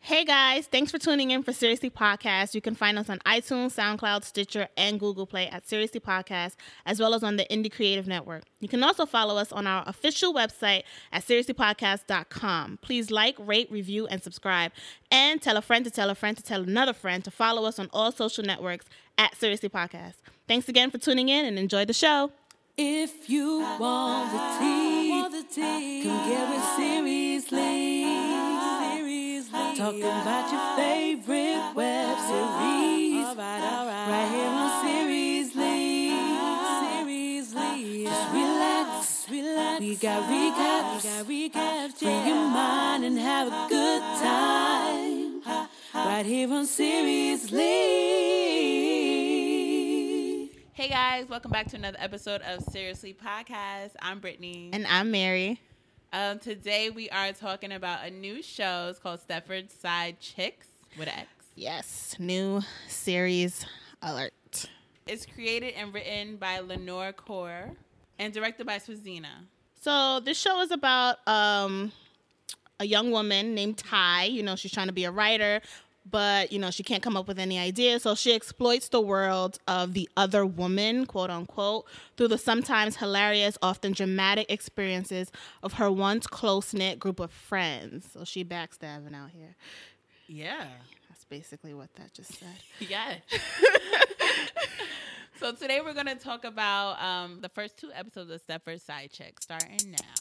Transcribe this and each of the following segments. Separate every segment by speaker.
Speaker 1: Hey guys, thanks for tuning in for Seriously Podcast. You can find us on iTunes, SoundCloud, Stitcher, and Google Play at Seriously Podcast, as well as on the Indie Creative Network. You can also follow us on our official website at seriouslypodcast.com. Please like, rate, review, and subscribe. And tell a friend to tell a friend to tell another friend to follow us on all social networks at Seriously Podcast. Thanks again for tuning in and enjoy the show.
Speaker 2: If you want the tea, come get with seriously. Talking about your favorite web series, right here on seriously. Seriously, just relax, relax. We got recaps, we got recaps. Free your mind and have a good time, right here on seriously.
Speaker 3: Hey guys, welcome back to another episode of Seriously Podcast. I'm Brittany.
Speaker 1: And I'm Mary.
Speaker 3: um, today we are talking about a new show. It's called Stepford Side Chicks with an X.
Speaker 1: Yes, new series alert.
Speaker 3: It's created and written by Lenore Kaur and directed by Swazina.
Speaker 1: So this show is about um, a young woman named Ty. You know, she's trying to be a writer, but you know she can't come up with any ideas. So she exploits the world of the other woman, quote unquote, through the sometimes hilarious, often dramatic experiences of her once close knit group of friends. So she backstabbing out here.
Speaker 3: Yeah.
Speaker 1: That's basically what that just said.
Speaker 3: Yes. so today we're going to talk about um, the first two episodes of Stepford Side Chicks starting now.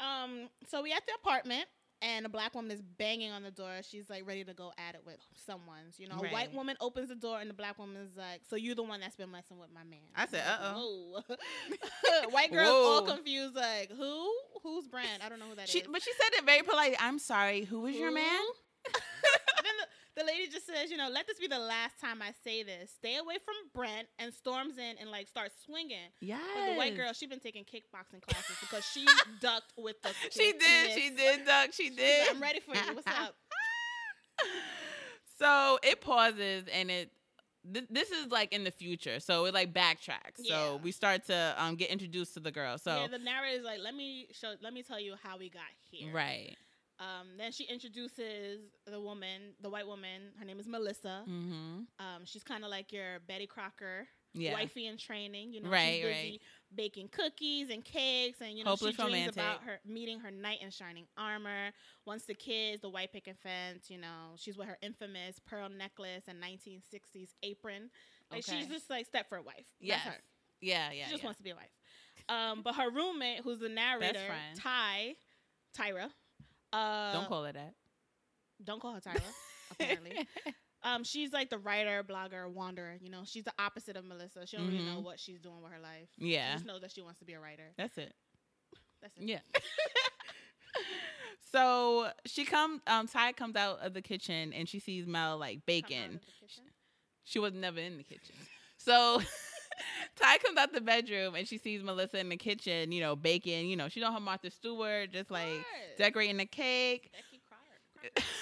Speaker 1: Um, so we at the apartment and a black woman is banging on the door. She's like ready to go at it with someone's. You know, a
Speaker 3: Right.
Speaker 1: white woman opens the door and the black woman's like, "So you the one that's been messing with my man?"
Speaker 3: I said,
Speaker 1: oh." white girls all
Speaker 3: Whoa.
Speaker 1: confused, like, "Who? Whose brand? I don't know who that is."
Speaker 3: She, but she said it very politely. I'm sorry. Who was your
Speaker 1: Who?
Speaker 3: man?
Speaker 1: then the, the lady just says, you know, let this be the last time I say this. Stay away from Brent and storms in and like starts swinging.
Speaker 3: Yeah.
Speaker 1: But Oh, the white girl, she been taking kickboxing classes because she ducked with the
Speaker 3: She did. She
Speaker 1: quickness.
Speaker 3: did, Duck. She
Speaker 1: She's like,
Speaker 3: did.
Speaker 1: I'm ready for you. What's up?
Speaker 3: So it pauses and it. Th- this is like in the future, so it like backtracks.
Speaker 1: Yeah.
Speaker 3: So we start to um get introduced to the girl. So
Speaker 1: yeah, the narrator is like, let me show, let me tell you how we got here.
Speaker 3: right.
Speaker 1: Um, then she introduces the woman, the white woman. Her name is Melissa.
Speaker 3: Mm-hmm.
Speaker 1: Um, she's kind of like your Betty Crocker,
Speaker 3: Yeah.
Speaker 1: wifey in training. You know,
Speaker 3: Right,
Speaker 1: she's busy baking cookies and cakes, and you know,
Speaker 3: Hopeless
Speaker 1: she dreams
Speaker 3: romantic.
Speaker 1: about her meeting her knight in shining armor. Once the kids, the white picket fence. You know, she's with her infamous pearl necklace and 1960s apron. Like she's
Speaker 3: Okay.
Speaker 1: just like Stepford wife.
Speaker 3: Yes.
Speaker 1: That's her.
Speaker 3: Yeah. Yeah.
Speaker 1: she just
Speaker 3: yeah.
Speaker 1: wants to be a wife. Um, but her roommate, who's the narrator,
Speaker 3: friend.
Speaker 1: Ty, Tyra. Uh,
Speaker 3: Don't call her that.
Speaker 1: Don't call her Tyra. apparently, um, she's like the writer, blogger, wanderer. You know, she's the opposite of Melissa. She don't really know what she's doing with her life. She
Speaker 3: Mm-hmm. yeah.
Speaker 1: just knows that she wants to be a writer.
Speaker 3: That's it.
Speaker 1: That's it.
Speaker 3: Yeah. so she comes. Um, Ty comes out of the kitchen and she sees Mel
Speaker 1: Come
Speaker 3: like
Speaker 1: out of
Speaker 3: baking.
Speaker 1: the kitchen.
Speaker 3: She was never in the kitchen. So Ty comes out the bedroom and she sees Melissa in the kitchen, you know, baking. You know, she's on her Martha Stewart, just like
Speaker 1: What?
Speaker 3: decorating the cake.
Speaker 1: Becky Cryer.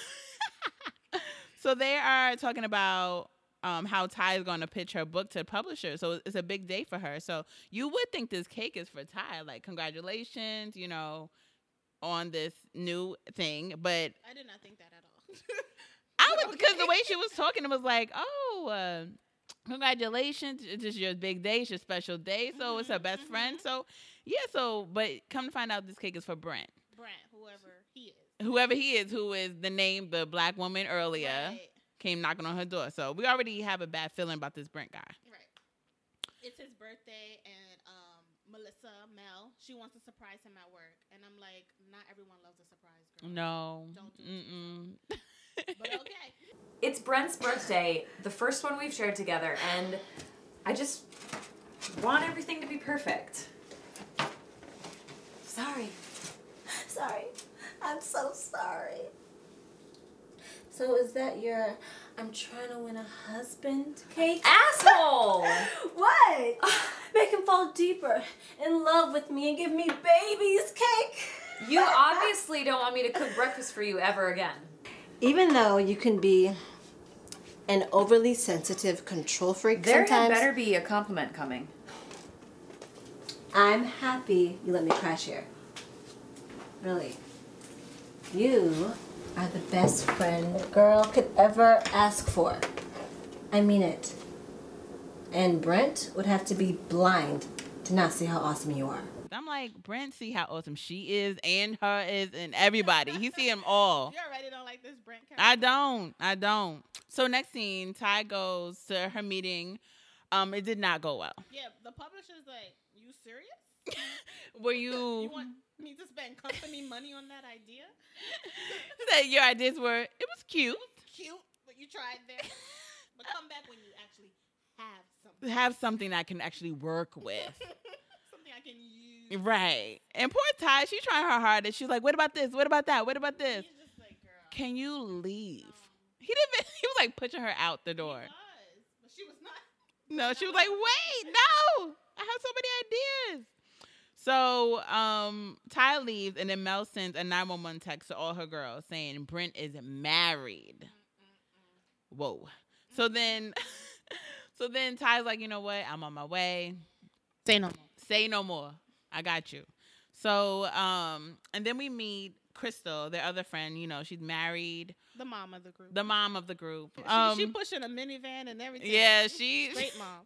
Speaker 3: So they are talking about um, how Ty is going to pitch her book to publishers. So it's a big day for her. So you would think this cake is for Ty. Like, congratulations, you know, on this new thing. But
Speaker 1: I did not think that at all.
Speaker 3: I was because
Speaker 1: Okay.
Speaker 3: the way she was talking, it was like, oh, uh, congratulations! It's just your big day, it's your special day. So it's her
Speaker 1: Mhm,
Speaker 3: best friend.
Speaker 1: mhm.
Speaker 3: So yeah. So but come to find out, this cake is for Brent,
Speaker 1: Brent, whoever he is.
Speaker 3: whoever he is, who is the name the black woman earlier
Speaker 1: Right.
Speaker 3: came knocking on her door. So we already have a bad feeling about this Brent guy.
Speaker 1: Right. It's his birthday, and um, Melissa Mel, she wants to surprise him at work, and I'm like, not everyone loves a surprise, girl.
Speaker 3: No.
Speaker 1: Don't do it.
Speaker 3: Mm-mm.
Speaker 1: But okay.
Speaker 4: It's Brent's birthday, the first one we've shared together, and I just want everything to be perfect. Sorry.
Speaker 5: Sorry. I'm so sorry. So is that your I'm trying to win a husband cake?
Speaker 4: Asshole!
Speaker 5: Ah! What? Make him fall deeper in love with me and give me babies cake.
Speaker 4: You obviously don't want me to cook breakfast for you ever again.
Speaker 6: Even though you can be an overly sensitive control freak
Speaker 7: There had
Speaker 6: sometimes,
Speaker 7: better be a compliment coming.
Speaker 6: I'm happy you let me crash here. Really. You are the best friend a girl could ever ask for. I mean it. And Brent would have to be blind to not see how awesome you are.
Speaker 3: I'm like, Brent, see how awesome she is and her is and everybody. He see them all.
Speaker 1: You already don't like this Brent character.
Speaker 3: Oh. I don't. I don't. So next scene, Ty goes to her meeting. Um, it did not go well.
Speaker 1: yeah, the publisher's like, you serious?
Speaker 3: Were you,
Speaker 1: You want me to spend company money on that idea?
Speaker 3: that your ideas were it was cute.
Speaker 1: Cute, but you tried there. But come back when you actually have something.
Speaker 3: Have something I can actually work with.
Speaker 1: Something I can use.
Speaker 3: right. And poor Ty, she's trying her hardest. She's like, What about this? What about that? What about this?
Speaker 1: He's just like, girl.
Speaker 3: Can you leave? He didn't he was like pushing her out the door.
Speaker 1: was, but she was not.
Speaker 3: No, she was like, wait, no, I have so many ideas. So um, Ty leaves, and then Mel sends a 911 text to all her girls saying Brent is married. Whoa. So then, so then Ty's like, you know what? I'm on my way.
Speaker 1: Say no more.
Speaker 3: Say no more. I got you. So um, and then we meet Crystal, their other friend. You know, she's married,
Speaker 1: The mom of the group.
Speaker 3: the mom of the group.
Speaker 1: she,
Speaker 3: Um,
Speaker 1: she pushing a minivan and everything.
Speaker 3: yeah, she
Speaker 1: Great mom.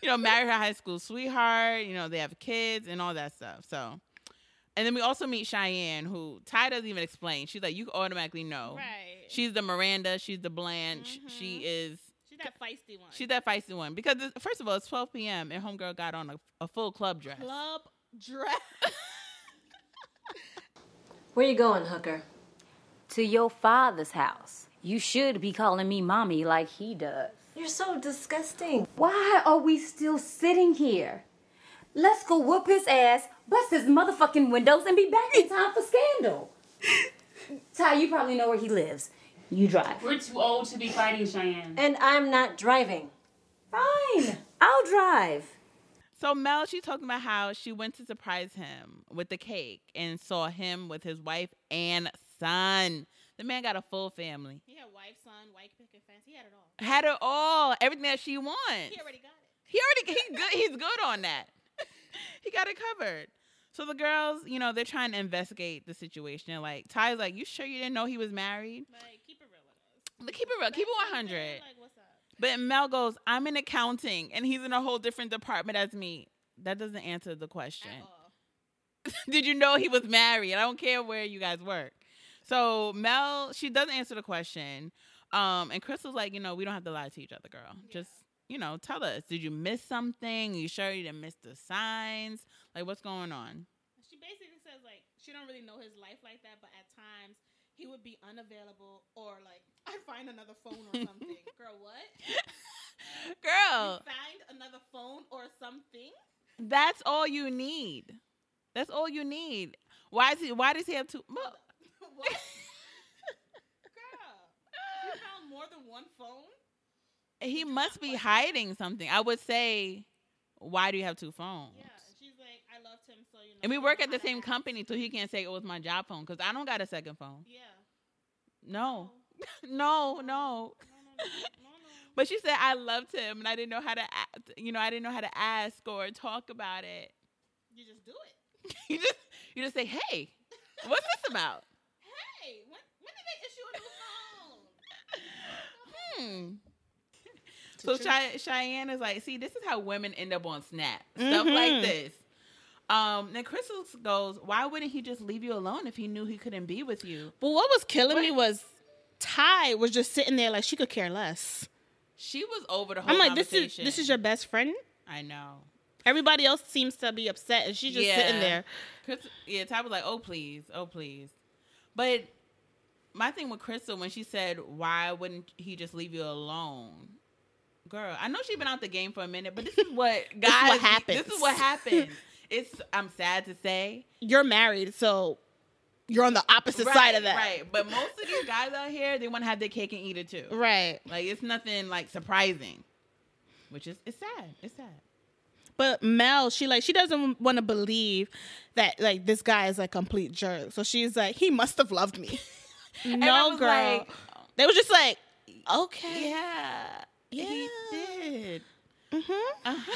Speaker 3: you know, married her high school sweetheart. You know, they have kids and all that stuff. So, and then we also meet Cheyenne, who Ty doesn't even explain. She's like, you automatically know.
Speaker 1: Right. Mm-hmm. She,
Speaker 3: She's the Miranda. She's the Blanche. She is.
Speaker 1: she's that feisty one.
Speaker 3: She's that feisty one because it's- first of all, it's 12 p.m. and homegirl got on a, a full club dress.
Speaker 1: club dress.
Speaker 6: Where you going, hooker?
Speaker 8: to your father's house. You should be calling me mommy like he does.
Speaker 6: You're so disgusting.
Speaker 8: Why are we still sitting here? Let's go whoop his ass, bust his motherfucking windows, and be back in time for scandal. Ty, you probably know where he lives. You drive.
Speaker 9: We're too old to be fighting, Cheyenne.
Speaker 6: And I'm not driving.
Speaker 8: Fine, I'll drive.
Speaker 3: So Mel, she talking about how she went to surprise him with the cake and saw him with his wife and son. The man got a full family,
Speaker 1: he had wife, son, white picket fence. He had it all.
Speaker 3: had it all, everything that she wants.
Speaker 1: He already got it.
Speaker 3: He already he good he's good on that. he got it covered. So the girls, you know, they're trying to investigate the situation. Like Ty's like, you sure you didn't know he was married?
Speaker 1: Like, keep it real with us.
Speaker 3: But keep it real, keep it one hundred.
Speaker 1: Like, what's up?
Speaker 3: But Mel goes, I'm in accounting, and he's in a whole different department as me. That doesn't answer the question.
Speaker 1: At all.
Speaker 3: Did you know he was married? I don't care where you guys work. So Mel, she doesn't answer the question. Um, and Crystal's like, you know, we don't have to lie to each other, girl. Just, you know, tell us. Did you miss something? You sure you didn't miss the signs? Like, what's going on?
Speaker 1: She basically says like she don't really know his life like that, but at times he would be unavailable or like I'd find another phone or something. Girl, what?
Speaker 3: Girl,
Speaker 1: Find another phone or something?
Speaker 3: that's all you need. That's all you need. Why is he why does he have two well,
Speaker 1: what? Girl, you found more than one phone?
Speaker 3: he must be hiding something. I would say, why do you have two phones?
Speaker 1: Yeah, and she's like, I loved him, so you know.
Speaker 3: And we
Speaker 1: he
Speaker 3: work
Speaker 1: knew
Speaker 3: at the
Speaker 1: how to
Speaker 3: same
Speaker 1: act.
Speaker 3: company, so he can't say it was my job phone because I don't got a second phone.
Speaker 1: Yeah.
Speaker 3: No, no,
Speaker 1: No,
Speaker 3: no.
Speaker 1: no, no, no, no.
Speaker 3: But she said I loved him, and I didn't know how to, a- you know, I didn't know how to ask or talk about it.
Speaker 1: You just do it.
Speaker 3: you just, you just say, hey, what's this about?
Speaker 1: Hey, when when did they issue a new phone?
Speaker 3: Hmm. So Chey- Cheyenne is like, see, this is how women end up on Snap, stuff like
Speaker 1: Mhm.
Speaker 3: this. Um, then Crystal goes, why wouldn't he just leave you alone if he knew he couldn't be with you?
Speaker 1: But what was killing me was Ty was just sitting there like she could care less.
Speaker 3: She was over the whole.
Speaker 1: I'm like, this is
Speaker 3: conversation.
Speaker 1: this is your best friend.
Speaker 3: I know.
Speaker 1: Everybody else seems to be upset, and she's just
Speaker 3: Yeah.
Speaker 1: sitting there.
Speaker 3: Chris, yeah, Ty was like, "Oh please, oh please," but my thing with Crystal when she said, "Why wouldn't he just leave you alone?" Girl, I know she's been out the game for a minute, but this is what guys.
Speaker 1: what happens.
Speaker 3: This is what happens. it's I'm sad to say
Speaker 1: You're married, so you're on the opposite side of that.
Speaker 3: right? But most of these guys out here, they want to have their cake and eat it too.
Speaker 1: Right.
Speaker 3: Like it's nothing like surprising, which is it's sad. It's sad.
Speaker 1: But Mel, she like she doesn't want to believe that like this guy is a complete jerk. So she's like, he must have loved me.
Speaker 3: I
Speaker 1: no
Speaker 3: was
Speaker 1: girl.
Speaker 3: like,
Speaker 1: they were just like, okay,
Speaker 3: Yeah. He
Speaker 1: Yeah.
Speaker 3: did.
Speaker 1: Mhm.
Speaker 3: Uh-huh.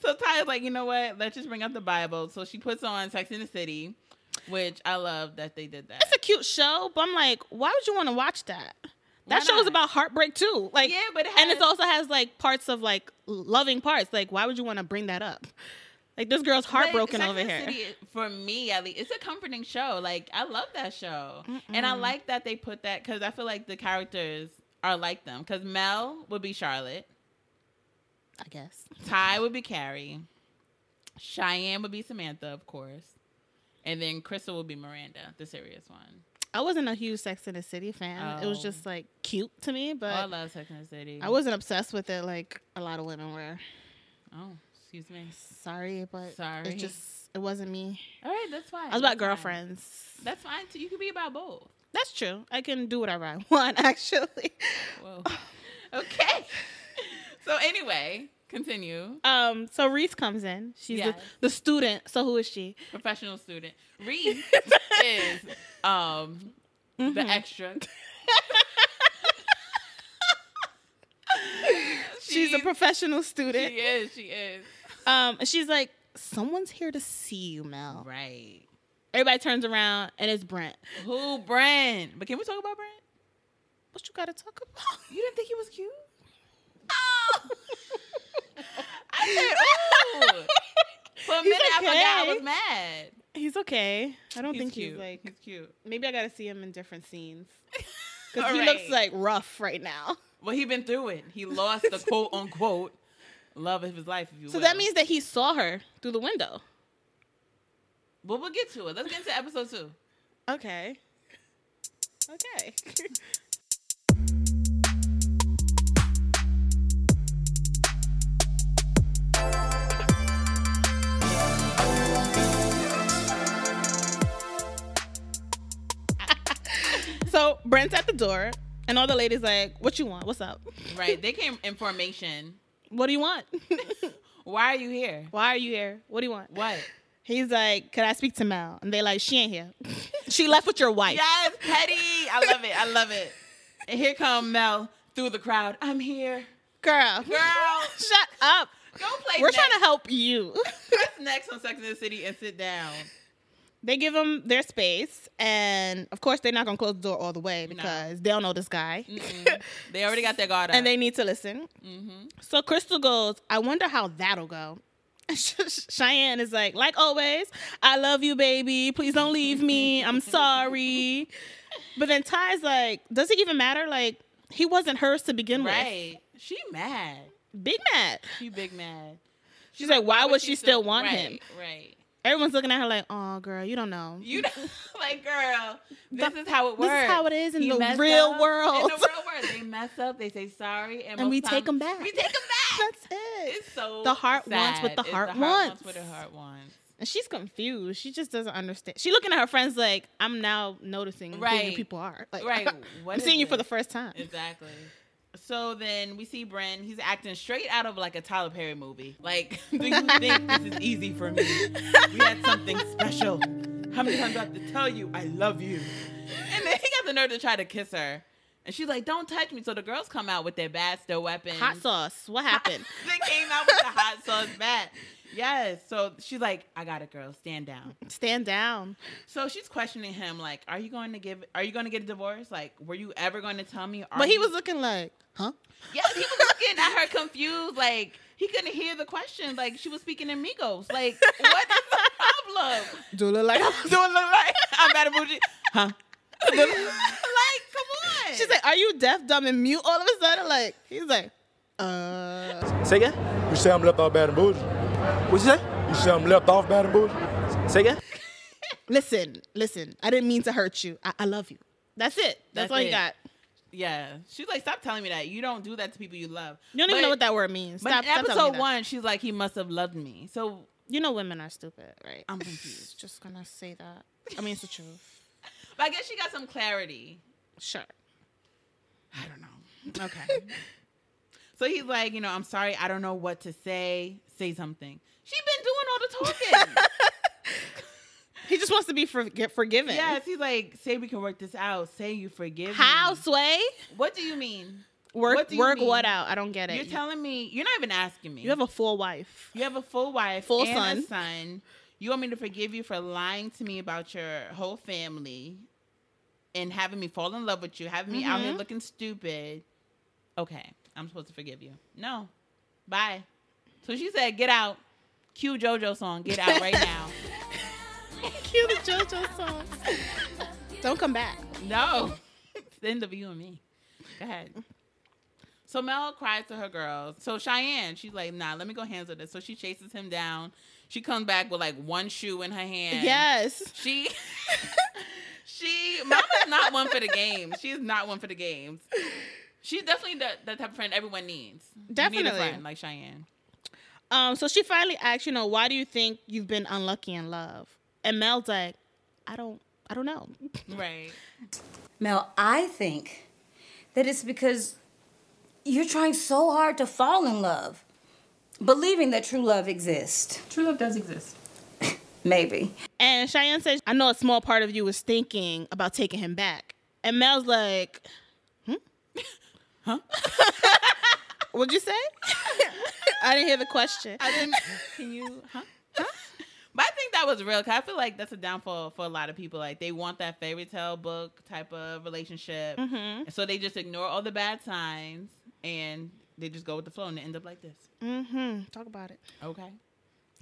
Speaker 3: so Ty's like, you know what? Let's just bring up the Bible. So she puts on Sex in the City, which I love that they did that.
Speaker 1: it's a cute show, but I'm like, why would you want to watch that? That
Speaker 3: Why
Speaker 1: show is
Speaker 3: not?
Speaker 1: about heartbreak too. Like,
Speaker 3: Yeah, but it
Speaker 1: and it
Speaker 3: has-
Speaker 1: also has like parts of like loving parts. Like, why would you want to bring that up? Like, this girl's
Speaker 3: But
Speaker 1: heartbroken
Speaker 3: Sex
Speaker 1: over
Speaker 3: and the
Speaker 1: here.
Speaker 3: City, for me, at least, it's a comforting show. Like I love that show, and I like that they put that because I feel like the characters are like them. Because Mel would be Charlotte,
Speaker 1: I guess.
Speaker 3: Ty would be Carrie, Cheyenne would be Samantha, of course, and then Crystal would be Miranda, the serious one.
Speaker 1: I wasn't a huge Sex and the City fan. It was
Speaker 3: Oh.
Speaker 1: just like cute to me,
Speaker 3: Oh,
Speaker 1: but
Speaker 3: I love Sex and the City.
Speaker 1: I wasn't obsessed with it like a lot of women were.
Speaker 3: Oh, excuse me.
Speaker 1: Sorry, but
Speaker 3: Sorry.
Speaker 1: it just it wasn't me.
Speaker 3: All right, that's fine.
Speaker 1: I was about
Speaker 3: That's fine.
Speaker 1: girlfriends.
Speaker 3: That's fine too. You could be about both.
Speaker 1: That's true. I can do whatever I want actually.
Speaker 3: Whoa. okay. So anyway, continue.
Speaker 1: Um, so Reese comes in. She's
Speaker 3: Yes.
Speaker 1: the, the student. So who is she?
Speaker 3: Professional student. Reese is um the extra.
Speaker 1: She's a professional
Speaker 3: She
Speaker 1: student.
Speaker 3: is. She is.
Speaker 1: Um, and she's like, someone's here to see you, Mel.
Speaker 3: Right.
Speaker 1: Everybody turns around and it's Brent.
Speaker 3: Who Brent? But can we talk about Brent?
Speaker 1: What you gotta talk about?
Speaker 3: You didn't think he was cute? ooh. oh, For a
Speaker 1: He's
Speaker 3: minute, I forgot I
Speaker 1: okay.
Speaker 3: was mad.
Speaker 1: He's okay. I don't
Speaker 3: He's
Speaker 1: think
Speaker 3: cute.
Speaker 1: he's like.
Speaker 3: he's cute.
Speaker 1: Maybe I gotta see him in different scenes because he
Speaker 3: All
Speaker 1: looks like
Speaker 3: right.
Speaker 1: rough right now.
Speaker 3: Well, he been through it. He lost the quote unquote love of his life. If you
Speaker 1: So
Speaker 3: will.
Speaker 1: that means that he saw her through the window.
Speaker 3: But we'll get to it. Let's get into episode two.
Speaker 1: Okay. Okay. so Brent's at the door, and all the ladies like, "What you want? What's up?
Speaker 3: Right? They came in formation.
Speaker 1: What do you want?
Speaker 3: Why are you here?
Speaker 1: Why are you here? What do you want?"
Speaker 3: What?
Speaker 1: He's like, "Could I speak to Mel?" And they like, "She ain't here. she left with your wife."
Speaker 3: Yes, Petty. I love it. I love it. And here come Mel through the crowd. I'm here,
Speaker 1: Girl.
Speaker 3: girl.
Speaker 1: Shut up.
Speaker 3: Go play.
Speaker 1: We're
Speaker 3: next.
Speaker 1: trying to help you.
Speaker 3: press next on Sex and the City and sit down.
Speaker 1: they give them their space, and of course, they're not gonna close the door all the way because they don't know this guy,
Speaker 3: Mm-mm. They already got their guard up.
Speaker 1: and they need to listen.
Speaker 3: hmm
Speaker 1: So Crystal goes, "I wonder how that'll go." Cheyenne is like, like always, I love you, baby. Please don't leave me. I'm sorry. But then Ty's like, does it even matter? Like, he wasn't hers to begin
Speaker 3: right. She mad.
Speaker 1: with. Big mad.
Speaker 3: She big mad.
Speaker 1: She's, like, why
Speaker 3: But
Speaker 1: would she still want
Speaker 3: right,
Speaker 1: him?
Speaker 3: Right.
Speaker 1: Everyone's looking at her like, oh, girl, you don't know.
Speaker 3: You know, like, girl, this is how it works.
Speaker 1: This is how it is in
Speaker 3: He
Speaker 1: the
Speaker 3: messed
Speaker 1: real
Speaker 3: up.
Speaker 1: world.
Speaker 3: In the real world, they mess up, they say sorry, and,
Speaker 1: And we
Speaker 3: most
Speaker 1: take 'em
Speaker 3: times-
Speaker 1: back.
Speaker 3: We take them back.
Speaker 1: That's it.
Speaker 3: It's so
Speaker 1: The heart wants what
Speaker 3: sad.
Speaker 1: the
Speaker 3: It's
Speaker 1: heart
Speaker 3: wants what the
Speaker 1: wants.
Speaker 3: heart wants.
Speaker 1: And she's confused. She just doesn't understand. She looking at her friends like, I'm now noticing who
Speaker 3: Right.
Speaker 1: you people are. Like,
Speaker 3: Right. What
Speaker 1: I'm
Speaker 3: is
Speaker 1: seeing you for the
Speaker 3: this?
Speaker 1: first time.
Speaker 3: Exactly. So then we see Bren. He's acting straight out of like a Tyler Perry movie. Like, do you think this is easy for me? We had something special. How many times do I have to tell you I love you? And then he got the nerve to try to kiss her. And she's like, don't touch me. So the girls come out with their bats, their weapons.
Speaker 1: Hot sauce. What happened?
Speaker 3: they came out with the hot sauce bat. Yes. So she's like, I got it, girl. Stand down.
Speaker 1: Stand down.
Speaker 3: So she's questioning him, like, are you going to give, are you going to get a divorce? Like, were you ever going to tell me? Are
Speaker 1: But he
Speaker 3: you-
Speaker 1: was looking like, huh?
Speaker 3: yeah, he was looking at her confused, like he couldn't hear the question. Like she was speaking in Migos. Like, what is the problem?
Speaker 1: Do it look like
Speaker 3: Do it look like I'm at a bougie? Huh? like, come on.
Speaker 1: She's like, are you deaf, dumb, and mute all of a sudden? Like, he's like, uh.
Speaker 7: Say again?
Speaker 10: You say I'm left off bad and bougie.
Speaker 7: What you say?
Speaker 10: You say I'm left off bad and bougie.
Speaker 7: Say again?
Speaker 1: Listen, listen. I didn't mean to hurt you. I, I love you. That's it. That's,
Speaker 3: That's
Speaker 1: all you
Speaker 3: it.
Speaker 1: got.
Speaker 3: yeah. She's like, stop telling me that. You don't do that to people you love.
Speaker 1: You don't even
Speaker 3: But-
Speaker 1: know what that word means.
Speaker 3: But
Speaker 1: Stop,
Speaker 3: in
Speaker 1: stop telling me
Speaker 3: episode
Speaker 1: that.
Speaker 3: one, she's like, he must have loved me. So
Speaker 1: You know women are stupid, right?
Speaker 3: I'm confused.
Speaker 1: Just gonna say that. I mean, it's the truth.
Speaker 3: but I guess she got some clarity.
Speaker 1: Sure.
Speaker 3: I don't know. Okay. So he's like, you know, I'm sorry, I don't know what to say. Say something. She's been doing all the talking.
Speaker 1: He just wants to be forg- forgiven.
Speaker 3: yes, he's like, say we can work this out. Say you forgive
Speaker 1: How,
Speaker 3: me.
Speaker 1: Sway?
Speaker 3: What do you mean?
Speaker 1: Work
Speaker 3: What do you
Speaker 1: work
Speaker 3: mean?
Speaker 1: what out? I don't get it.
Speaker 3: You're
Speaker 1: You-
Speaker 3: telling me you're not even asking me.
Speaker 1: you have a full wife.
Speaker 3: You have a full wife,
Speaker 1: Full
Speaker 3: and a
Speaker 1: son.
Speaker 3: son. You want me to forgive you for lying to me about your whole family, and having me fall in love with you, having me out
Speaker 1: Mm-hmm.
Speaker 3: here looking stupid. Okay, I'm supposed to forgive you. No, bye. So she said, "Get out." Cue JoJo song. Get out right now.
Speaker 1: Cue the JoJo song. don't come back.
Speaker 3: No. it's the end of you and me. Go ahead. So Mel cries to her girls. So Cheyenne, she's like, nah, let me go handle this. So she chases him down. She comes back with like one shoe in her hand.
Speaker 1: Yes.
Speaker 3: She she Mama's not one for the games. She's not one for the games. She's definitely the, the type of friend everyone needs. You need a
Speaker 1: Definitely.
Speaker 3: friend like Cheyenne.
Speaker 1: Um, so she finally asks, you know, why do you think you've been unlucky in love? And Mel's like, I don't I don't know.
Speaker 3: Right.
Speaker 2: Mel, I think that it's because you're trying so hard to fall in love, believing that true love exists.
Speaker 9: True love does exist.
Speaker 2: Maybe.
Speaker 1: And Cheyenne says, I know a small part of you was thinking about taking him back. And Mel's like, hmm? Huh? What'd you say? I didn't hear the question.
Speaker 3: I didn't. Can you? Huh? Huh? But I think that was real. Cause I feel like that's a downfall for a lot of people. Like they want that fairy tale book type of relationship,
Speaker 1: Mm-hmm.
Speaker 3: and so they just ignore all the bad signs and they just go with the flow and they end up like this.
Speaker 1: Mm-hmm. Talk about it.
Speaker 3: Okay,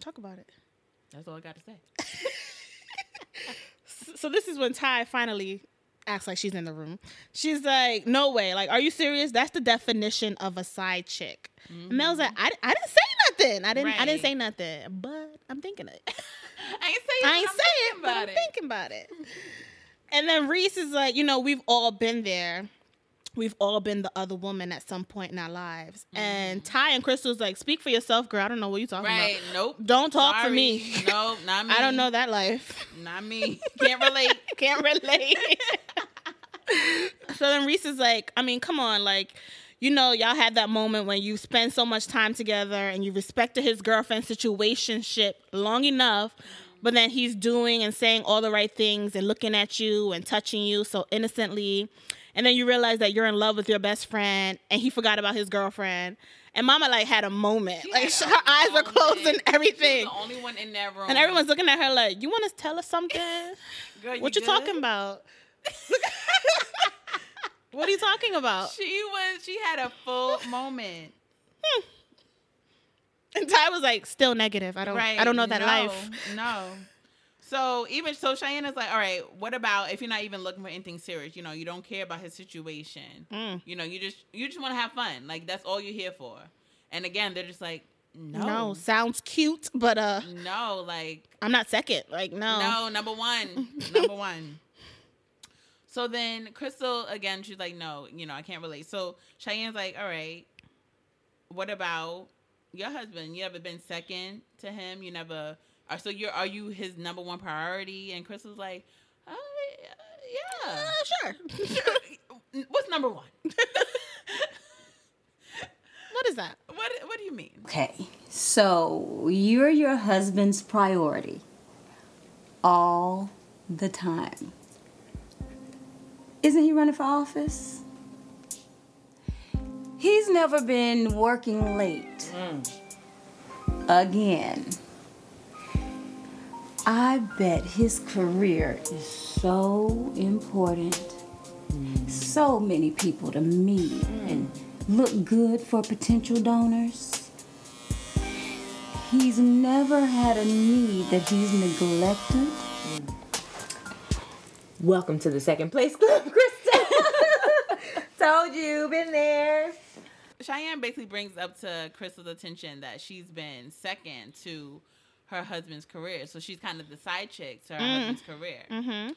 Speaker 1: Talk about it.
Speaker 3: that's all I got to say.
Speaker 1: So this is when Ty finally acts like she's in the room. She's like, "No way! Like, are you serious? That's the definition of a side chick." And Mel's like, I, "I didn't say nothing. I didn't. I
Speaker 3: Right.
Speaker 1: didn't say nothing. But I'm thinking it.
Speaker 3: I ain't saying.
Speaker 1: I ain't say it, but I'm thinking about it." And then Reese is like, "You know, we've all been there." We've all been the other woman at some point in our lives. And Ty and Crystal's like, speak for yourself, girl. I don't know what you're talking
Speaker 3: Right?
Speaker 1: about.
Speaker 3: Nope.
Speaker 1: Don't talk for
Speaker 3: Sorry.
Speaker 1: me.
Speaker 3: Nope. Not me.
Speaker 1: I don't know that life.
Speaker 3: Not me. Can't relate.
Speaker 1: Can't relate. so then Reese is like, I mean, come on, like, you know, y'all had that moment when you spend so much time together and you respected his girlfriend's situationship long enough, but then he's doing and saying all the right things and looking at you and touching you so innocently. And then you realize that you're in love with your best friend and he forgot about his girlfriend. And mama like had a moment. like
Speaker 3: had a
Speaker 1: her eyes were closed and
Speaker 3: moment.
Speaker 1: everything.
Speaker 3: The only one in that room,
Speaker 1: And everyone's looking at her like, "You want to tell us something?
Speaker 3: Girl,
Speaker 1: what you
Speaker 3: good?
Speaker 1: talking about? what are you talking about?"
Speaker 3: She was. She had a full moment.
Speaker 1: And Ty was like, "Still negative. I don't. I don't know that
Speaker 3: no,
Speaker 1: life."
Speaker 3: No. So even so, Cheyenne is like, all right, what about if you're not even looking for anything serious? You know, you don't care about his situation.
Speaker 1: Mm.
Speaker 3: You know, you just you just want to have fun. Like that's all you're here for. And again, they're just like,
Speaker 1: No.
Speaker 3: no,
Speaker 1: sounds cute, but uh,
Speaker 3: no, like
Speaker 1: I'm not second. Like no.
Speaker 3: no, number one, number one. So then Crystal again, she's like, no, you know, I can't relate. So Cheyenne's like, all right, what about your husband? You ever been second to him? You never are. So you're are you his number one priority? And Crystal's like, oh, yeah,
Speaker 1: Uh, sure.
Speaker 3: sure. What's number one?
Speaker 1: what is that?
Speaker 3: What What do you mean?
Speaker 2: Okay, so you're your husband's priority all the time. Isn't he running for office? He's never been working late. Again. I bet his career is so important. So many people to meet and look good for potential donors. He's never had a need that he's neglected.
Speaker 7: Welcome to the second place club, Krista. Told you, been there.
Speaker 3: Cheyenne basically brings up to Crystal's attention that she's been second to her husband's career. So she's kind of the side chick to her
Speaker 1: Mm.
Speaker 3: husband's career. Mm-hmm.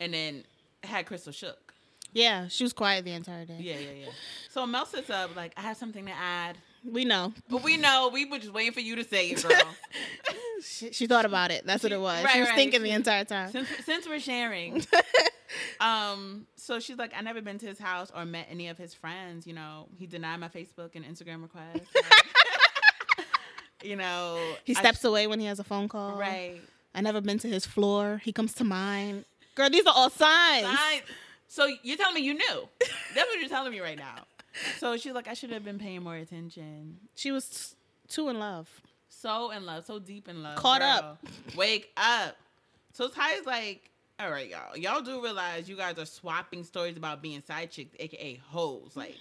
Speaker 3: And then had Crystal shook.
Speaker 1: Yeah, she was quiet the entire day.
Speaker 3: Yeah, yeah, yeah. So Mel sits up, like, I have something to add.
Speaker 1: We know.
Speaker 3: But we know we were just waiting for you to say it, girl.
Speaker 1: She, she thought about it. That's what it was. she was thinking the entire time.
Speaker 3: Since, since we're sharing, um, so she's like, I never been to his house or met any of his friends. You know, he denied my Facebook and Instagram requests. Like, you know,
Speaker 1: He
Speaker 3: I-
Speaker 1: steps away when he has a phone call.
Speaker 3: Right.
Speaker 1: I never been to his floor. He comes to mine. Girl, these are all signs.
Speaker 3: I- so you're telling me you knew? That's what you're telling me right now. So she's like, I should have been paying more attention.
Speaker 1: She was t- too in love.
Speaker 3: So in love, so deep in love.
Speaker 1: Caught up.
Speaker 3: girl. Wake up. So Ty's like, all right, y'all. Y'all do realize you guys are swapping stories about being side chicks, aka hoes. Like,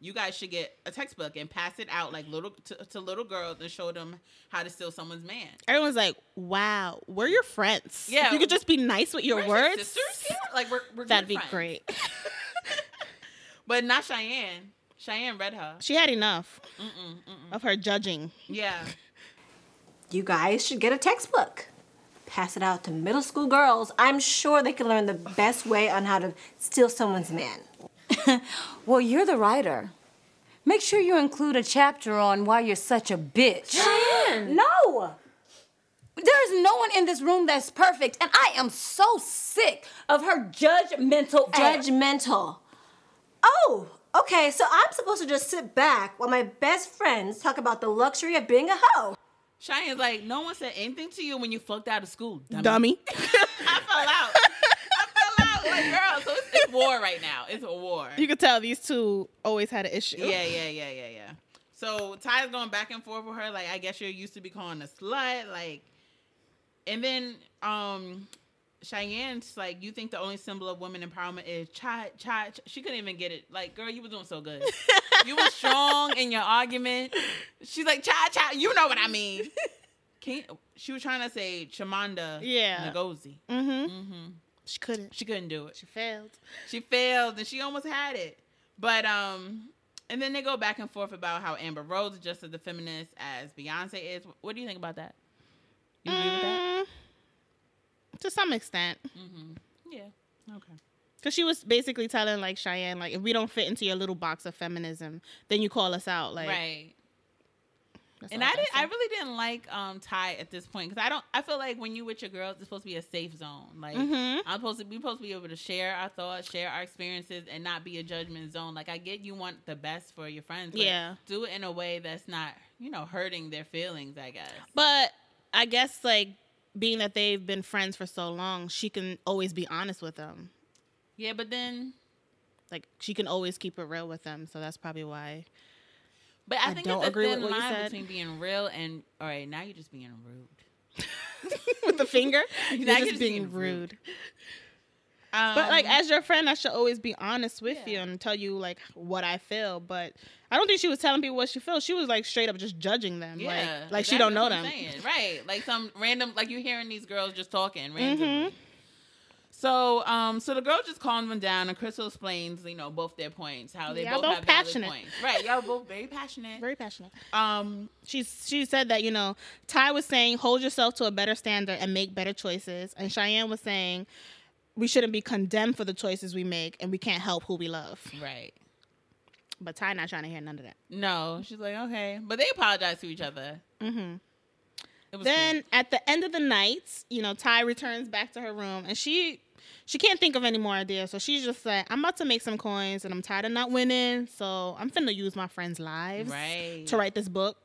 Speaker 3: you guys should get a textbook and pass it out like little to, to little girls and show them how to steal someone's man.
Speaker 1: Everyone's like, wow, we're your friends.
Speaker 3: Yeah.
Speaker 1: If you could just be nice with your
Speaker 3: We're
Speaker 1: words.
Speaker 3: sisters here. Like we're, we're
Speaker 1: That'd
Speaker 3: good
Speaker 1: be
Speaker 3: friends.
Speaker 1: great.
Speaker 3: But not Cheyenne. Cheyenne read her.
Speaker 1: She had enough
Speaker 3: Mm-mm, mm-mm.
Speaker 1: of her judging.
Speaker 3: Yeah.
Speaker 6: You guys should get a textbook. Pass it out to middle school girls. I'm sure they can learn the best way on how to steal someone's man.
Speaker 8: Well, you're the writer. Make sure you include a chapter on why you're such a bitch. No! There's no one in this room that's perfect, and I am so sick of her judgmental ass.
Speaker 6: Judgmental. Oh, okay, so I'm supposed to just sit back while my best friends talk about the luxury of being a hoe.
Speaker 3: Cheyenne's like, no one said anything to you when you fucked out of school, dummy.
Speaker 1: Dummy.
Speaker 3: I fell out. I fell out. Like, girl, so it's, it's war right now. It's a war.
Speaker 1: You could tell these two always had an issue.
Speaker 3: Yeah, yeah, yeah, yeah, yeah. So Ty's going back and forth with her. Like, I guess you're used to be calling a slut. Like, and then um Cheyenne's like, you think the only symbol of women empowerment is cha cha. cha." She couldn't even get it. Like, girl, you were doing so good. you were strong in your argument. She's like, cha cha. You know what I mean? Can you- she was trying to say Chamanda
Speaker 1: Yeah.
Speaker 3: Ngozi.
Speaker 1: Mm-hmm.
Speaker 3: hmm
Speaker 1: She couldn't.
Speaker 3: She couldn't do it.
Speaker 1: She failed.
Speaker 3: She failed and she almost had it. But um and then they go back and forth about how Amber Rose is just as the feminist as Beyonce is. What do you think about that? You agree with that?
Speaker 1: Mm, Mm-hmm. to some extent.
Speaker 3: Yeah. Mm. Okay.
Speaker 1: Because she was basically telling, like, Cheyenne, like, if we don't fit into your little box of feminism, then you call us out. Like,
Speaker 3: right.
Speaker 1: that's
Speaker 3: And
Speaker 1: all
Speaker 3: I
Speaker 1: gotta
Speaker 3: didn't. I
Speaker 1: say.
Speaker 3: really didn't like um Ty at this point because I don't. I feel like when you with your girls, it's supposed to be a safe zone. Like
Speaker 1: Mhm.
Speaker 3: I'm supposed to. We supposed to be able to share our thoughts, share our experiences, and not be a judgment zone. Like I get you want the best for your friends. but
Speaker 1: Yeah.
Speaker 3: Do it in a way that's not you know hurting their feelings. I guess.
Speaker 1: But I guess, like, being that they've been friends for so long, she can always be honest with them.
Speaker 3: Yeah, but then.
Speaker 1: Like, she can always keep it real with them. So that's probably why.
Speaker 3: But I,
Speaker 1: I
Speaker 3: think
Speaker 1: don't
Speaker 3: it's a
Speaker 1: agree with
Speaker 3: thin
Speaker 1: what you
Speaker 3: line
Speaker 1: said.
Speaker 3: between being real and all right. Now you're just being rude.
Speaker 1: with the finger.
Speaker 3: Now
Speaker 1: You're
Speaker 3: you're
Speaker 1: just
Speaker 3: just
Speaker 1: being
Speaker 3: being
Speaker 1: rude.
Speaker 3: Um,
Speaker 1: But like as your friend, I should always be honest with you
Speaker 3: Yeah.
Speaker 1: and tell you like what I feel. But I don't think she was telling people what she feels. She was like straight up just judging them. like
Speaker 3: Yeah,
Speaker 1: like she
Speaker 3: exactly
Speaker 1: don't know
Speaker 3: what I'm
Speaker 1: them.
Speaker 3: saying. Right. Like some random like you hearing these girls just talking randomly.
Speaker 1: Mhm.
Speaker 3: So um so the girl just calms them down and Crystal explains, you know, both their points, how they
Speaker 1: Y'all
Speaker 3: both,
Speaker 1: both
Speaker 3: have
Speaker 1: passionate.
Speaker 3: valid points. Right, y'all both very passionate.
Speaker 1: Very passionate.
Speaker 3: Um
Speaker 1: She's she said that you know Ty was saying hold yourself to a better standard and make better choices, and Cheyenne was saying we shouldn't be condemned for the choices we make and we can't help who we love.
Speaker 3: Right.
Speaker 1: But Ty not trying to hear none of that.
Speaker 3: No, she's like, okay. But they apologize to each other.
Speaker 1: Mm-hmm.
Speaker 3: It was
Speaker 1: Then at the end of the night, you know, Ty returns back to her room and she she can't think of any more ideas. So she's just like, I'm about to make some coins and I'm tired of not winning. So I'm finna use my friends'
Speaker 3: cool.
Speaker 1: lives
Speaker 3: right.
Speaker 1: to write this book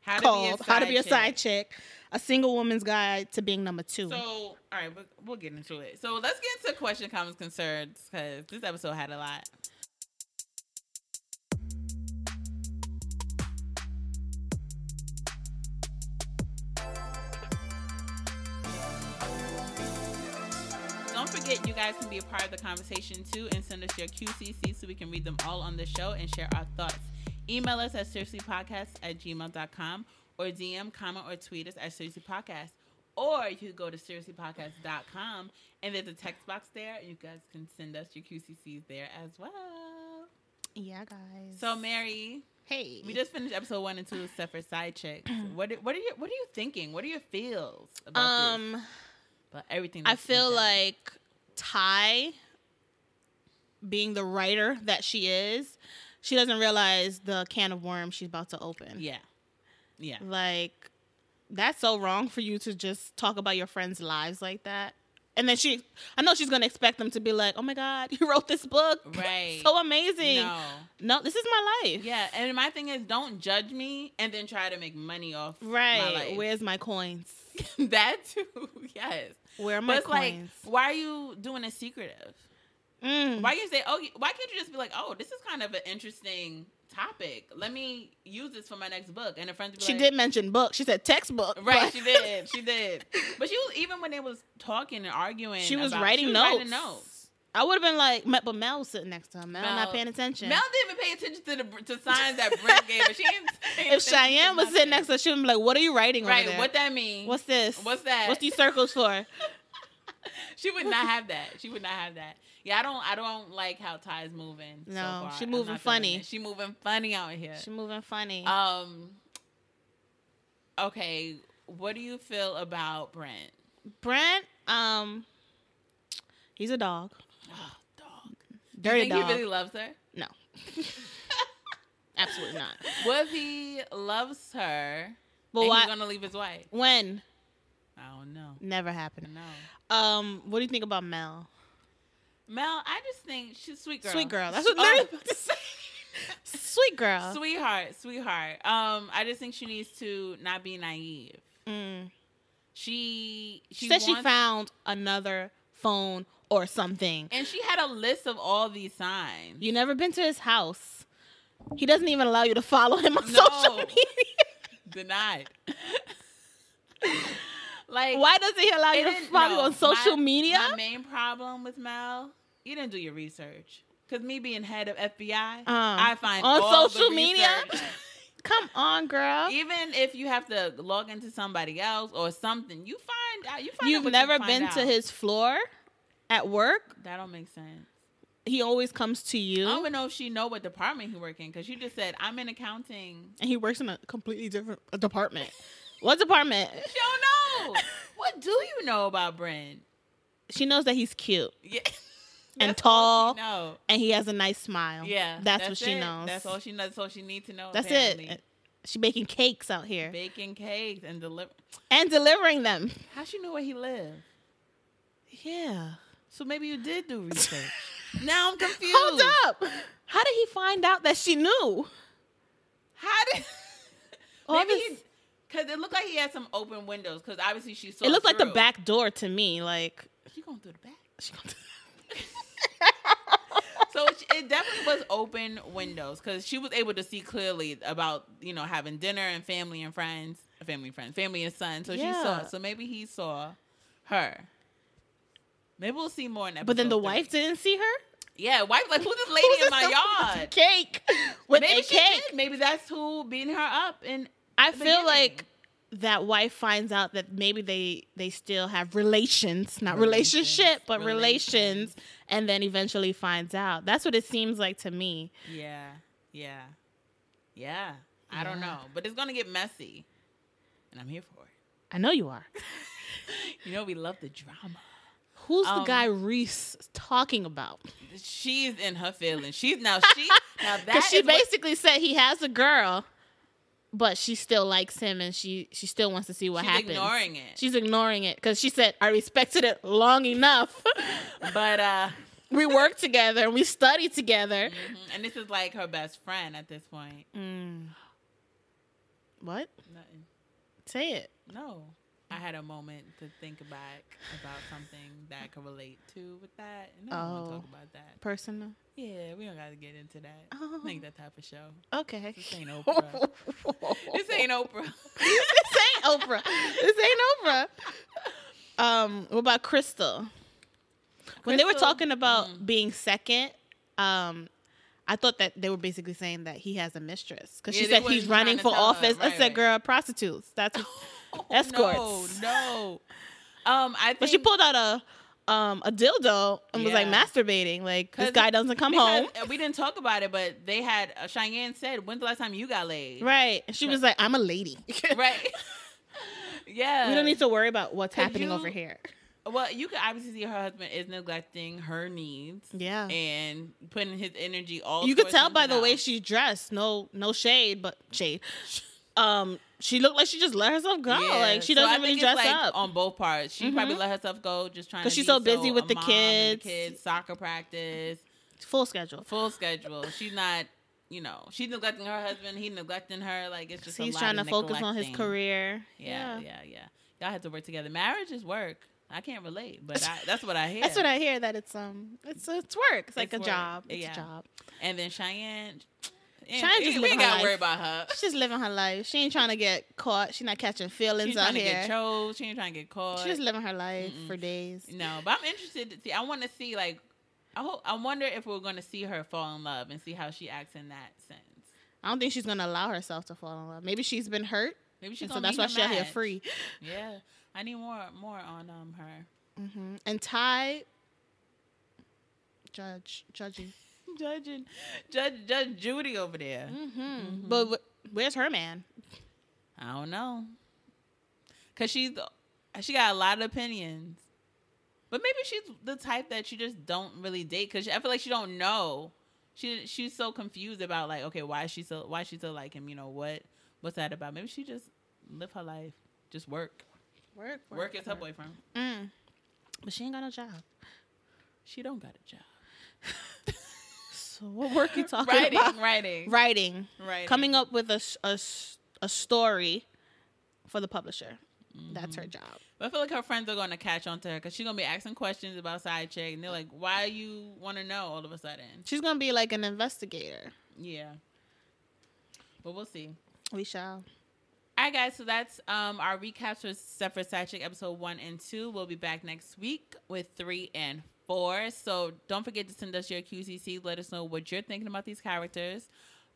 Speaker 3: how
Speaker 1: called How to Be a
Speaker 3: chick.
Speaker 1: Side Chick, A Single Woman's Guide to Being Number Two.
Speaker 3: So, all right, we'll, we'll get into it. So, let's get into question, comments, concerns, because this episode had a lot. Don't forget, you guys can be a part of the conversation too and send us your QCC so we can read them all on the show and share our thoughts. Email us at seriouslypodcast at gmail.com or DM, comment, or tweet us at seriouslypodcast. Or you could go to seriouslypodcast.com and there's a text box there. You guys can send us your QCCs there as well.
Speaker 1: yeah, guys.
Speaker 3: So, Mary,
Speaker 1: hey.
Speaker 3: we just finished episode one and two of Separate Side Chicks. What, are- what, are you, what are you thinking? What are your feels about
Speaker 1: um
Speaker 3: this? About everything.
Speaker 1: I
Speaker 3: that's went
Speaker 1: feel
Speaker 3: down?
Speaker 1: like Ty, being the writer that she is, she doesn't realize the can of worms she's about to open.
Speaker 3: Yeah. Yeah.
Speaker 1: Like that's so wrong for you to just talk about your friends' lives like that. And then she I know she's gonna expect them to be like, Oh my God, you wrote this book.
Speaker 3: Right.
Speaker 1: so amazing.
Speaker 3: No.
Speaker 1: No, this is my life.
Speaker 3: Yeah, and my thing is, don't judge me, and then try to make money off. My
Speaker 1: Right.
Speaker 3: life.
Speaker 1: Where's my coins?
Speaker 3: that too. Yes.
Speaker 1: Where are
Speaker 3: But
Speaker 1: my
Speaker 3: it's like,
Speaker 1: coins?
Speaker 3: why are you doing it secretive?
Speaker 1: Mm.
Speaker 3: Why you say, oh, you- why can't you just be like, oh, this is kind of an interesting topic. Let me use this for my next book. And a friend
Speaker 1: she did mention book. She said textbook.
Speaker 3: Right,
Speaker 1: but-
Speaker 3: she did. She did. But she was even when they was talking and arguing.
Speaker 1: She was
Speaker 3: about-
Speaker 1: writing
Speaker 3: she
Speaker 1: notes.
Speaker 3: notes.
Speaker 1: I would have been like, Ma- but Mel was sitting next to him. Mel,
Speaker 3: Mel-
Speaker 1: not paying attention.
Speaker 3: Mel didn't even pay attention to the to signs that Brent gave her. She didn't pay
Speaker 1: if
Speaker 3: attention to
Speaker 1: Cheyenne was sitting next to her, she would be like, what are you writing
Speaker 3: Right,
Speaker 1: over there?
Speaker 3: what that mean?
Speaker 1: What's this?
Speaker 3: What's that?
Speaker 1: What's these circles for?
Speaker 3: she would not have that. She would not have that. Yeah, I don't. I don't like how Ty's moving. so
Speaker 1: No,
Speaker 3: far.
Speaker 1: she
Speaker 3: I'm
Speaker 1: moving
Speaker 3: not feeling
Speaker 1: funny.
Speaker 3: it. She moving funny out here.
Speaker 1: She moving funny.
Speaker 3: Um. Okay, what do you feel about Brent?
Speaker 1: Brent, um, he's a dog.
Speaker 3: Do you
Speaker 1: Dirty
Speaker 3: think
Speaker 1: Ah, dog.
Speaker 3: he really loves her?
Speaker 1: no, absolutely not.
Speaker 3: What if he loves her?
Speaker 1: But
Speaker 3: and
Speaker 1: why-
Speaker 3: he's gonna leave his wife?
Speaker 1: When?
Speaker 3: I don't know.
Speaker 1: Never happened.
Speaker 3: No.
Speaker 1: Um, what do you think about Mel?
Speaker 3: Mel, I just think she's a sweet girl.
Speaker 1: Sweet girl. That's what
Speaker 3: Oh,
Speaker 1: literally- Sweet girl.
Speaker 3: sweetheart, sweetheart. Um, I just think she needs to not be naive.
Speaker 1: Mm.
Speaker 3: She
Speaker 1: She
Speaker 3: she
Speaker 1: said she
Speaker 3: wants-
Speaker 1: found another phone or something.
Speaker 3: and she had a list of all these signs.
Speaker 1: You never been to his house. He doesn't even allow you to follow him on
Speaker 3: No.
Speaker 1: social media.
Speaker 3: Denied. like
Speaker 1: Why doesn't he allow you
Speaker 3: it
Speaker 1: to
Speaker 3: didn't-
Speaker 1: follow
Speaker 3: no,
Speaker 1: on social
Speaker 3: my-
Speaker 1: media?
Speaker 3: My main problem with Mel, you didn't do your research. Cause me being head of FBI, I find
Speaker 1: Uh, on
Speaker 3: all the
Speaker 1: social media?
Speaker 3: research.
Speaker 1: Come on, girl.
Speaker 3: Even if you have to log into somebody else or something, you find out. You find out
Speaker 1: You've
Speaker 3: what you
Speaker 1: never
Speaker 3: find
Speaker 1: been
Speaker 3: out.
Speaker 1: to his floor at work.
Speaker 3: That don't make sense.
Speaker 1: He always comes to you,
Speaker 3: I don't even know if she know what department he work in because you just said I'm in accounting.
Speaker 1: and he works in a completely different department. what department?
Speaker 3: She don't know. what do you know about Brent?
Speaker 1: She knows that he's cute
Speaker 3: Yeah.
Speaker 1: and
Speaker 3: That's all
Speaker 1: tall,
Speaker 3: she know.
Speaker 1: and he has a nice smile.
Speaker 3: Yeah,
Speaker 1: that's, what she
Speaker 3: it.
Speaker 1: knows.
Speaker 3: That's all she knows. That's all she needs to know.
Speaker 1: That's
Speaker 3: apparently.
Speaker 1: it. She baking cakes out here
Speaker 3: Baking cakes and deliver.
Speaker 1: and delivering them.
Speaker 3: How she knew where he lived?
Speaker 1: Yeah.
Speaker 3: So maybe you did do research. now I'm confused.
Speaker 1: Hold up. How did he find out that she knew?
Speaker 3: How did?
Speaker 1: All
Speaker 3: maybe
Speaker 1: this-
Speaker 3: because it looked like he had some open windows. Because obviously she saw.
Speaker 1: it looked like the
Speaker 3: through.
Speaker 1: back door to me. Like
Speaker 3: She going through the back.
Speaker 1: she gonna-
Speaker 3: So it, it definitely was open windows because she was able to see clearly about you know having dinner and family and friends, family and friends, family and son. So she saw.
Speaker 1: Yeah.
Speaker 3: So maybe he saw her. Maybe we'll see more in that.
Speaker 1: But then the wife didn't see her.
Speaker 3: yeah, wife, like who's this lady
Speaker 1: Who's this
Speaker 3: in Oh my
Speaker 1: little
Speaker 3: yard?
Speaker 1: Cake with
Speaker 3: Maybe
Speaker 1: a
Speaker 3: she
Speaker 1: cake.
Speaker 3: did. Maybe that's who beating her up. And
Speaker 1: I
Speaker 3: the
Speaker 1: feel
Speaker 3: beginning.
Speaker 1: like that wife finds out that maybe they they still have relations, not
Speaker 3: Relations.
Speaker 1: relationship, but
Speaker 3: Relations.
Speaker 1: relations. and then eventually finds out. That's what it seems like to me.
Speaker 3: yeah, yeah, yeah. I don't
Speaker 1: Yeah.
Speaker 3: know, but it's gonna get messy, and I'm here for it.
Speaker 1: I know you are.
Speaker 3: You know we love the drama.
Speaker 1: Who's
Speaker 3: Um,
Speaker 1: the guy Reese talking about?
Speaker 3: She's in her feelings. She's now she now that
Speaker 1: Because she
Speaker 3: is what-
Speaker 1: basically said he has a girl, but she still likes him and she she still wants to see what
Speaker 3: she's
Speaker 1: happens.
Speaker 3: ignoring it.
Speaker 1: She's ignoring it because she said, I respected it long enough.
Speaker 3: but uh,
Speaker 1: we work together and we study together.
Speaker 3: mhm, and this is like her best friend at this point.
Speaker 1: What?
Speaker 3: Nothing.
Speaker 1: Say it.
Speaker 3: No, I had a moment to think back about something that I could relate to with that, and I don't want to
Speaker 1: Oh.
Speaker 3: talk about that.
Speaker 1: Personal.
Speaker 3: Yeah, we don't got to get into that.
Speaker 1: Oh.
Speaker 3: Make that type of show.
Speaker 1: Okay.
Speaker 3: This ain't Oprah. this ain't Oprah.
Speaker 1: this ain't Oprah. This ain't Oprah. Um, what about Crystal? When they were
Speaker 3: Crystal- mm-hmm.
Speaker 1: talking about being second, um, I thought that they were basically saying that he has a mistress because she
Speaker 3: Yeah, they
Speaker 1: said he's
Speaker 3: wasn't
Speaker 1: running
Speaker 3: trying to
Speaker 1: for
Speaker 3: tell her.
Speaker 1: office.
Speaker 3: Right,
Speaker 1: I
Speaker 3: right.
Speaker 1: said, "Girl, prostitutes." That's what, escorts.
Speaker 3: Oh, No, no. Um, I think
Speaker 1: but she pulled out a um a dildo and was like
Speaker 3: Yeah.
Speaker 1: masturbating. Like
Speaker 3: 'Cause-
Speaker 1: this guy doesn't come
Speaker 3: because
Speaker 1: home,
Speaker 3: uh, We didn't talk about it, but they had uh, Cheyenne said, "When's the last time you got laid?"
Speaker 1: right? And she was like, "I'm a lady.
Speaker 3: right. yeah.
Speaker 1: we don't need to worry about what's
Speaker 3: Could
Speaker 1: happening
Speaker 3: you-
Speaker 1: over here."
Speaker 3: Well, you can obviously see her husband is neglecting her needs.
Speaker 1: Yeah.
Speaker 3: And putting his energy all.
Speaker 1: you could
Speaker 3: towards
Speaker 1: tell by the
Speaker 3: himself.
Speaker 1: way she's dressed. No, no shade, but shade. Um, she looked like she just let herself go.
Speaker 3: Yeah,
Speaker 1: Like she
Speaker 3: so I
Speaker 1: doesn't really
Speaker 3: think it's,
Speaker 1: dress
Speaker 3: like, um,
Speaker 1: up.
Speaker 3: On both parts, she probably
Speaker 1: Mhm.
Speaker 3: let herself go just trying.
Speaker 1: 'Cause
Speaker 3: to
Speaker 1: she's
Speaker 3: be
Speaker 1: so busy
Speaker 3: a
Speaker 1: with the
Speaker 3: mom and
Speaker 1: kids.
Speaker 3: the kids, soccer practice,
Speaker 1: full schedule,
Speaker 3: full schedule. She's not, you know, she's neglecting her husband. He neglecting her. Like it's just. a
Speaker 1: He's
Speaker 3: lot
Speaker 1: trying to
Speaker 3: of
Speaker 1: focus on his
Speaker 3: neglecting.
Speaker 1: career.
Speaker 3: Yeah, yeah, yeah, Y'all have to work together. Marriage is work. I can't relate, but I, that's what I hear.
Speaker 1: That's what I hear. That it's um, it's it's work. It's like
Speaker 3: It's
Speaker 1: a
Speaker 3: work.
Speaker 1: job. It's
Speaker 3: Yeah.
Speaker 1: a job.
Speaker 3: And then Cheyenne. eh,
Speaker 1: Cheyenne
Speaker 3: eh,
Speaker 1: just
Speaker 3: we
Speaker 1: living
Speaker 3: ain't
Speaker 1: her
Speaker 3: gotta worry
Speaker 1: life.
Speaker 3: about her.
Speaker 1: She's just living her life. She ain't trying to get caught. She's not catching feelings
Speaker 3: She's
Speaker 1: out
Speaker 3: trying to
Speaker 1: here.
Speaker 3: get chose. She ain't trying to get caught.
Speaker 1: She's just living her life for days.
Speaker 3: No, but I'm interested to see. I want to see like, I hope. I wonder if we're going to see her fall in love and see how she acts in that sense.
Speaker 1: I don't think she's gonna allow herself to fall in love. Maybe she's been hurt.
Speaker 3: Maybe she's
Speaker 1: and so
Speaker 3: gonna
Speaker 1: that's
Speaker 3: meet
Speaker 1: why
Speaker 3: her
Speaker 1: she's out here
Speaker 3: match.
Speaker 1: free.
Speaker 3: Yeah, I need more more on um her.
Speaker 1: hmm And Ty, judge, judging,
Speaker 3: judging, judge, judge Judy over there.
Speaker 1: hmm
Speaker 3: Mm-hmm.
Speaker 1: But wh- where's her man?
Speaker 3: I don't know, cause she's she got a lot of opinions, but maybe she's the type that you just don't really date. Cause I feel like she don't know. She she's so confused about like okay why is she so why is she still like him you know what what's that about maybe she just live her life just work
Speaker 1: Work,
Speaker 3: work, is her boyfriend
Speaker 1: Mm. But she ain't got no job.
Speaker 3: she don't got a job
Speaker 1: So what work you talking
Speaker 3: Writing,
Speaker 1: about?
Speaker 3: writing.
Speaker 1: writing,
Speaker 3: Writing.
Speaker 1: Coming up with a s- a s- a story for the publisher. That's
Speaker 3: Mm-hmm.
Speaker 1: her job.
Speaker 3: But I feel like her friends are gonna catch on to her because she's gonna be asking questions about side chick, and they're like, "Why you want to know all of a sudden?"
Speaker 1: She's gonna be like an investigator.
Speaker 3: Yeah. But we'll see.
Speaker 1: We shall.
Speaker 3: All right, guys. So that's um our recaps for Separate Side Chick episode one and two. We'll be back next week with three and four. So don't forget to send us your QCC. Let us know what you're thinking about these characters.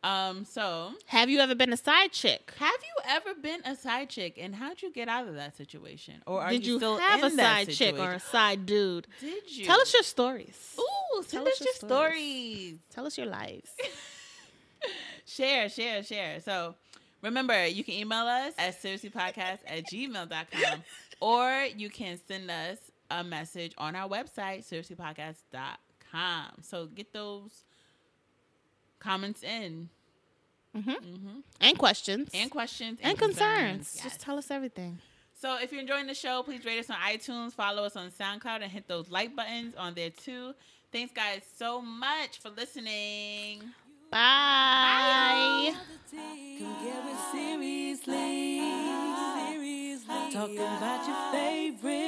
Speaker 3: Um. So
Speaker 1: Have you ever been a side chick?
Speaker 3: have you ever been a side chick, and how'd you get out of that situation, or are
Speaker 1: Did
Speaker 3: you,
Speaker 1: you,
Speaker 3: still
Speaker 1: have
Speaker 3: in
Speaker 1: a
Speaker 3: that
Speaker 1: side chick or a
Speaker 3: situation?
Speaker 1: side dude?
Speaker 3: Did you
Speaker 1: Tell us your stories.
Speaker 3: Ooh, send
Speaker 1: Tell us
Speaker 3: us your
Speaker 1: your stories.
Speaker 3: stories.
Speaker 1: Tell us your lives.
Speaker 3: Share, share, share. So remember, you can email us at seriouslypodcast at gmail.com or you can send us a message on our website, seriouslypodcast.com. So get those comments in.
Speaker 1: hmm
Speaker 3: hmm
Speaker 1: And questions.
Speaker 3: And questions
Speaker 1: and concerns.
Speaker 3: Yes.
Speaker 1: Just tell us everything.
Speaker 3: So if you're enjoying the show, please rate us on iTunes, follow us on SoundCloud, and hit those like buttons on there too. Thanks, guys, so much for listening.
Speaker 1: Bye.
Speaker 2: Come get with seriously. Seriously. Talking about your favorite